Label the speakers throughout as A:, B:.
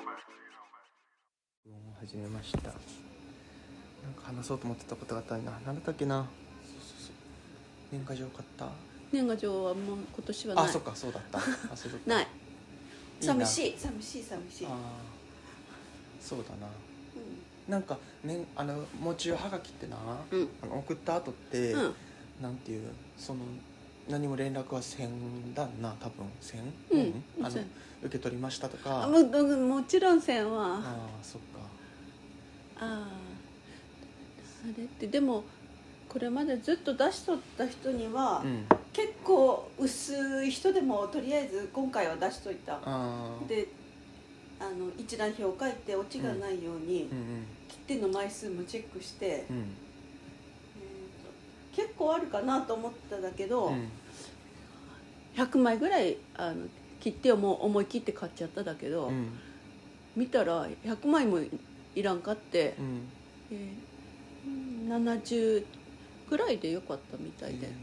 A: どうも始めましたなんか話そうと思ってたことがあったな何だったっけな年賀状買った
B: 年賀状はもう今年はない
A: あそっかそうだった忘れとった
B: ない
A: いな
B: 寂しい寂しい寂しい
A: あーそうだななんかねあのもちゅうはがきってな
B: うんうん
A: あの送った後って、
B: うん
A: なんていうその何も連絡はせんだな多分せん、
B: うん
A: あの
B: せん
A: 受け取りましたと
B: あ
A: か
B: もももちろん線は
A: ああそっか
B: あーあれってでもこれまでずっと出しとった人には、
A: うん
B: 結構薄い人でもとりあえず今回は出しといた
A: ああ
B: であの一覧表を書いてオチがないように、
A: うんうん
B: 切手の枚数もチェックして、えー
A: うん
B: と結構あるかなと思ったんだけど、
A: うん
B: 100枚ぐらいあの切手をもう思い切って買っちゃっただけど、
A: うん
B: 見たら100枚もいらんかって
A: う、ん
B: えー70ぐらいでよかったみたいで、
A: えー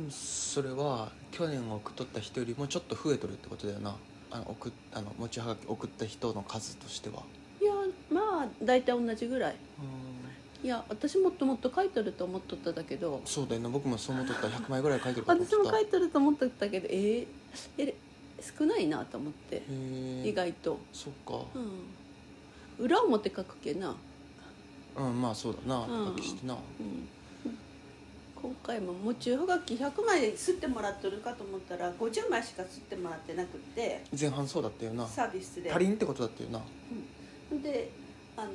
A: うんそれは去年送っとった人よりもちょっと増えとるってことだよなあの送っあの持ちはがき送った人の数としてはい
B: やまあ大体同じぐらい
A: うん
B: いや私もっともっと書いてると思っとっただけど
A: そうだよな僕もそう思っとった100枚ぐらい書いてるから
B: 私も書いてると思っとったけどえー、え少ないなと思って意
A: 意
B: 外と、
A: そっか
B: うん、裏表書くけな、
A: うんまあそうだな
B: う
A: 書
B: ん
A: きしてな
B: うん、今回ももちはがき100枚吸ってもらっとるかと思ったら50枚しか吸ってもらってなくって
A: 前半そうだったよな
B: サービスで
A: 足りんってことだったよな
B: であの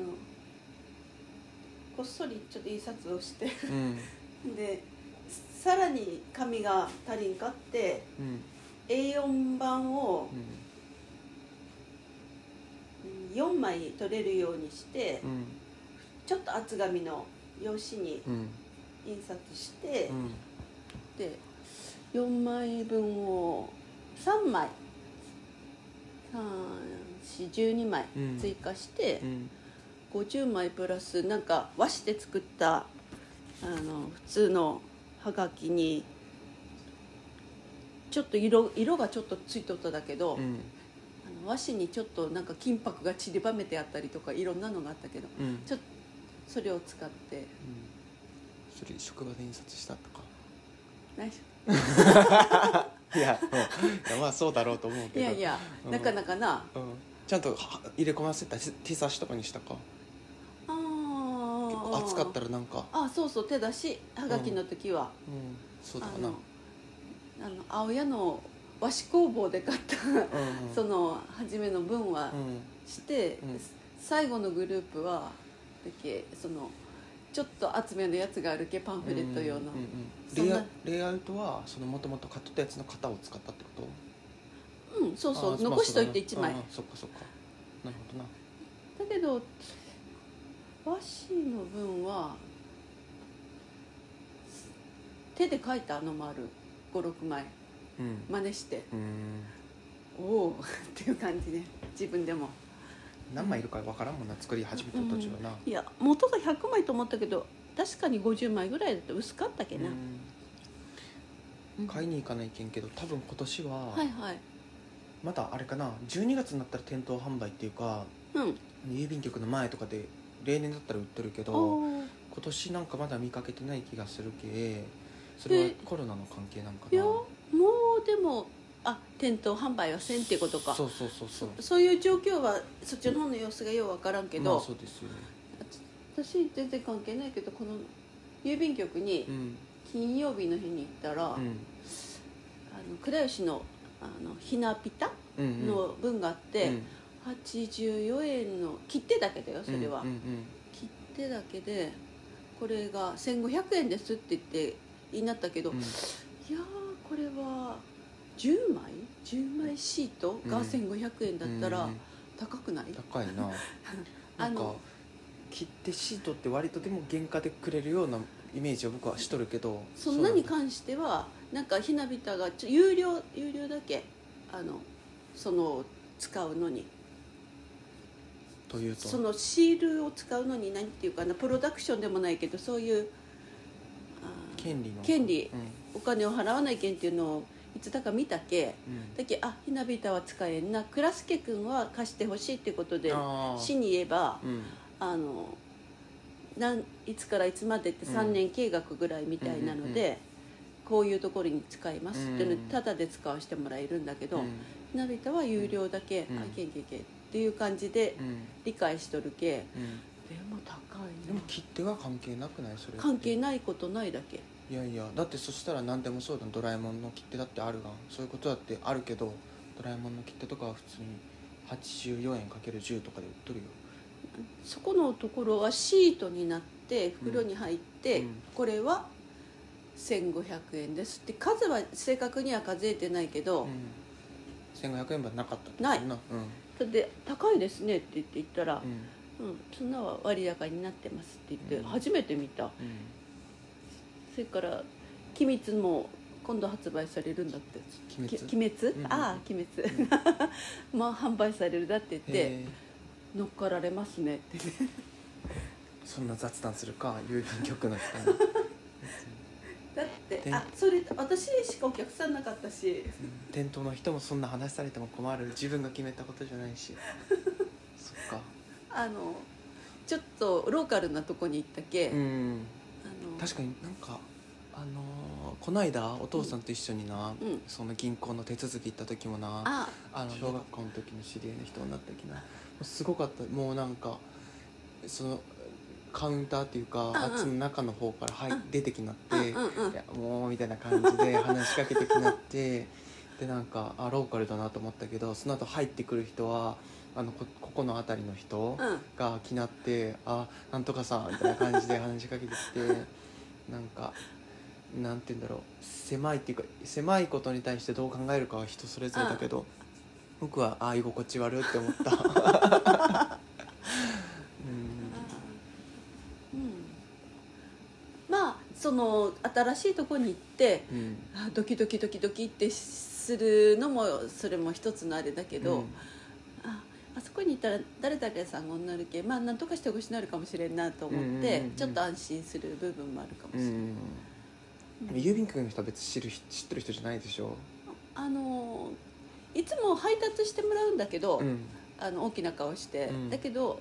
B: こっそりちょっと印刷をして
A: うん
B: でさらに紙が足りんかって
A: うん
B: A4 版を
A: う
B: 4枚取れるようにして
A: ん
B: ちょっと厚紙の用紙に
A: うん
B: 印刷して
A: う、ん
B: で4枚分を3枚3412枚
A: うん
B: 追加して
A: う、ん
B: 50枚プラスなんか和紙で作ったあの普通のはがきにちょっと色色がちょっとついとっただけど、
A: うん
B: あの和紙にちょっとなんか金箔が散りばめてあったりとかいろんなのがあったけど
A: うんうん
B: ちょっとそれを使って
A: それ職場で印刷したとか
B: ないし
A: い やうんいやまあそうだろうと思うけ
B: い
A: ど
B: やいや、
A: うん
B: なかなかな
A: うんちゃんとは入れ込ませたし手差しとかにしたか
B: あ
A: 結
B: ー
A: 構暑かったらなんか
B: あそうそう手出しはがきの時は、
A: うんそうだ
B: あ
A: かな
B: のあの青屋の和紙工房で買った、
A: うんうん
B: その初めの分は
A: うん
B: して、
A: うん
B: 最後のグループはだけそのちょっと厚めのやつがあるけパンフレット用の、
A: うんうんうん
B: そんな
A: レイアレイアウトはそのもともと買っとったやつの型を使ったってこと
B: うんそう
A: あー
B: そう
A: まあ
B: 残しといて
A: そ
B: 1
A: うだ
B: 枚
A: ね
B: だ,、
A: うんうんそっかそっかなるほどな
B: けど和紙の分は手で書いたのもある56枚
A: うん
B: 真似して
A: うん
B: おお っていう感じで自分でも
A: 何枚いるかわからんもんな作り始めた途中はな、
B: いや元が100枚と思ったけど確かに50枚ぐらいだと薄かったけな、
A: うん買いに行かないけんけど多分今年は
B: はいはい
A: またあれかな12月になったら店頭販売っていうか
B: うん
A: 郵便局の前とかで例年だったら売ってるけど
B: おー
A: 今年なんかまだ見かけてない気がするけそれは
B: え
A: コロナの関係なんか
B: い
A: な
B: やもうでもあ店頭販売はせんっていうことか
A: そうそうそうそう
B: そそういう状況はそっちの方の様子がようわからんけ
A: まあ
B: ど、
A: そうですよね
B: 私全然関係ないけどこの郵便局に
A: うん
B: 金曜日の日に行ったら、
A: う
B: あの
A: ん
B: 倉吉のあのひなピタ
A: うんうん
B: の分があって、
A: うん
B: 84円の切手だけだよそれは、
A: うんうん
B: 切手だけでこれが1500円ですって言って言いなったけど、
A: うんうん
B: いやーこれは10枚10枚シート
A: う
B: が
A: ん
B: 1500円だった
A: う
B: ら
A: ん
B: 高くない、
A: 高い なな
B: あ
A: んか
B: の
A: 切手シートって割とでも原価でくれるようなイメージを僕はしとるけど
B: そんなに
A: そう
B: 関してはなんかひなびたがちょ有料有料だけあのその使うのに
A: なんだというと
B: そのシールを使うのに何ていうかなプロダクションでもないけどそういうあー
A: 権利の
B: 権利
A: うん
B: お金を払わないけんっていうのをいつだか見たけ
A: うん
B: だけあひなびたは使えんな倉助君は貸してほしいってことで
A: あー
B: 市に言えば
A: うん
B: あのなんいつからいつまでって
A: うん
B: 3年計画ぐらいみたいなので、こういうところに使いますっていう
A: う
B: の
A: ん
B: でタダで使わせてもらえるんだけど、
A: う
B: ひ
A: ん
B: なびたは有料だけ、
A: うん
B: あいけんいけんいけんっていう感じで
A: うん
B: 理解しとるけ、で
A: うん
B: も高
A: で
B: い
A: も
B: な
A: 切手は関係なくないそれって
B: 関係ないことないだけ
A: いやいやだってそしたら何でもそうだドラえもんの切手だってあるがんそういうことだってあるけどドラえもんの切手とかは普通に84円かける1 0とかで売っとるよ
B: そこのところはシートになって袋に入って、
A: うん
B: これは1500円ですって数は正確には数えてないけど、
A: うん、1500円分なかったってこと
B: ない
A: うん
B: それで「高いですね」って言って言ったら
A: うん
B: うん、そんなは割高になってますって言っ
A: うん
B: て初めて見た、
A: うん
B: それから「鬼滅」も今度発売されるんだって「
A: 鬼
B: き
A: 滅
B: 鬼滅」
A: うん
B: ああ鬼滅、 まあ販売されるだって言って
A: へえ
B: 「乗っかられますね」って言って
A: そんな雑談するか郵便局の人 に
B: だって
A: で
B: あそれ私しかお客さんなかったし
A: 店頭の人もそんな話されても困る自分が決めたことじゃないしそっか
B: あのちょっとローカルなとこに行ったけ、
A: うん
B: あの
A: 確かになんかあのーこないだお父さんと一緒にな、
B: うん
A: その銀行の手続き行った時もな
B: あ
A: あの小学校の時の知り合いの人になった時なもうすごかったもうなんかそのカウンターっていうか、
B: んうん
A: あっちの中の方から入っ出てきなって、
B: うんうんうん
A: いやもうみたいな感じで話しかけてきなって でなんかあローカルだなと思ったけどその後入ってくる人はあのこここの辺りの人
B: うん
A: が来なって「あなんとかさん」みたいな感じで話しかけてきて なんかなんて言うんだろう狭いっていうか狭いことに対してどう考えるかは人それぞれだけど僕はああ居心地悪いって思った うん
B: うんまあその新しいとこに行って
A: うん
B: あドキドキドキドキってするのもそれも一つのあれだけど、ああそこにいたら誰々さんが女のけまあなんとかしてほしなるかもしれんなと思
A: うんうん
B: っ
A: う
B: て、
A: んうん
B: ちょっと安心する部分もあるかも
A: う
B: しれない、
A: ん
B: うん
A: 郵便局の人は別に知る人知ってる人じゃないでしょ
B: あのいつも配達してもらうんだけど、
A: うん
B: あの大きな顔して、
A: うん
B: だけど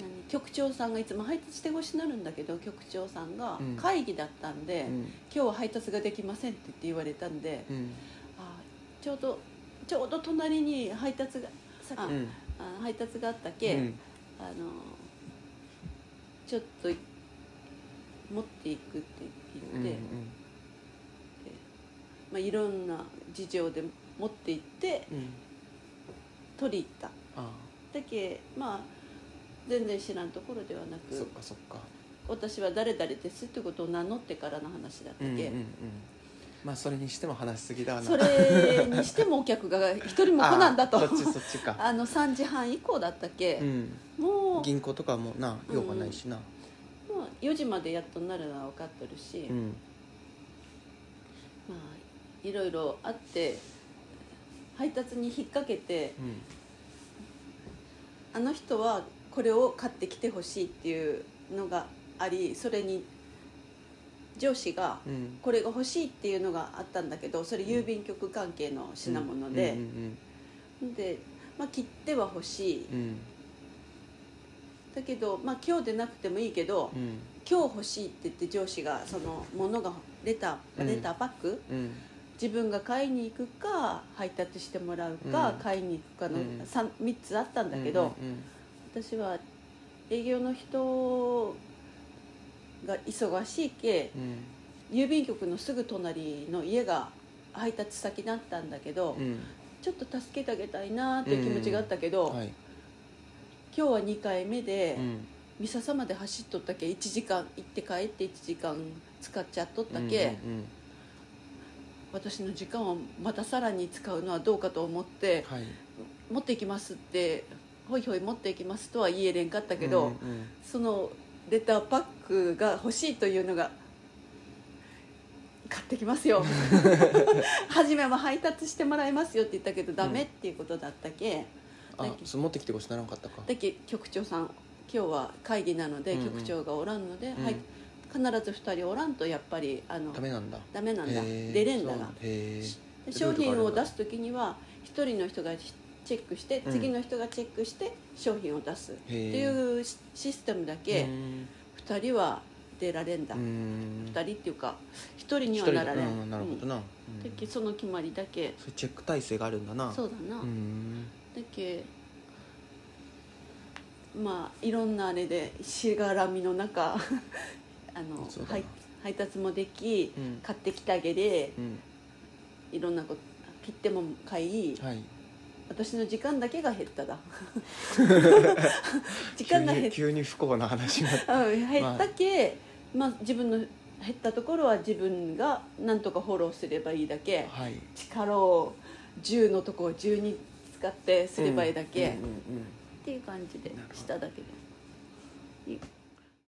B: 何局長さんがいつも配達してほしなるんだけど局長さんが
A: うん
B: 会議だったんで、
A: うん
B: 今日は配達ができませんって言って言われたんで、
A: うん
B: あちょうどちょうど隣に配達があ
A: うん
B: あ配達があったけ、
A: うん
B: あのちょっと持っていくって
A: う
B: 言
A: ん
B: って、まあ、いろんな事情で持って行って
A: うんうん
B: 取り行っ
A: あ
B: ただけまあ全然知らんところではな
A: あそっ
B: く
A: かそっか
B: 私は誰々ですってことを名乗ってからの話だった
A: うんうんう
B: け、
A: んまあそれにしても話しすぎだな
B: それにしてもお客が一人も来なんだと
A: あーそっちそっちか、
B: あの3時半以降だったけ
A: う、ん、
B: もう
A: 銀行とかはもうな用がないしな
B: まあ、4時までやっとなるのは分かってるし、
A: うん
B: まあ、いろいろあって配達に引っ掛けて
A: うん
B: あの人はこれを買ってきてほしいっていうのがありそれに上司が
A: うん
B: これが欲しいっていうのがあったんだけどそれ郵便局関係の品物で
A: う、ん
B: で、まあ、切手は欲しい
A: うんうん
B: だけど、まあ、今日でなくてもいいけど、
A: うん
B: 今日欲しいって言って上司がその物がレタ
A: う
B: ー
A: ん
B: レターパック、
A: うん
B: 自分が買いに行くか配達してもらうか、
A: うん
B: 買いに行くかの
A: うん
B: 3, 3つあったんだけど、
A: うん
B: 私は営業の人が忙しいけ
A: うん
B: 郵便局のすぐ隣の家が配達先だったんだけど、
A: うん
B: ちょっと助けてあげたいなっていう気持ちがあったけど、
A: はい
B: 今日は2回目で
A: うん
B: 三笹まで走っとったけ1時間行って帰って1時間使っちゃっとったけ、
A: うんうん
B: 私の時間をまたさらに使うのはどうかと思って。
A: うんはい
B: 持っていきますってほいほい持っていきますとは言えれんかったけ
A: う
B: ど、
A: んうん
B: そのレターパックが欲しいというのが買ってきま すよ初めは配達してもらいますよって言ったけどダメっていうことだったけ、
A: あ
B: だっけ
A: そう持ってきてこしならんかったか
B: だけ局長さん今日は会議なので
A: うんうん
B: 局長がおらんので、
A: うん
B: はい必ず2人おらんとやっぱりあの
A: ダメなんだ
B: ダメなんだ
A: へー
B: 出れんだ
A: そう
B: が
A: なんへー
B: で
A: ルールが
B: 商品
A: あ
B: を
A: るんだ
B: 出す時には1人の人がチェックして
A: うん
B: 次の人がチェックして商品を出すって
A: へー
B: いうシシステムだけ
A: うん
B: 2人は出られんだ
A: う
B: 2
A: ん
B: 人っていうか1人に
A: 一
B: は
A: 人だ
B: なられん
A: うんなるほどな、うん
B: だけその決まりだけ
A: そういうチェック体制があるんだな
B: そうだな、
A: うん
B: だけまあいろんなあれでしがらみの中 あの
A: そうだな
B: 配配達もでき、
A: うん
B: 買ってきてあげれ
A: うん
B: いろんなこと切手も買い
A: はい
B: 私の時間だけが減 っただ時間が減っ
A: 急に急に不幸な話が
B: うん減ったけ、まあ、自分の減ったところは自分がなんとかフォローすればいいだけ
A: はい
B: 力を10のとこを10に使ってすればいいだけ、
A: うんうんうんうん
B: っていう感じで
A: なるほど
B: しただけでい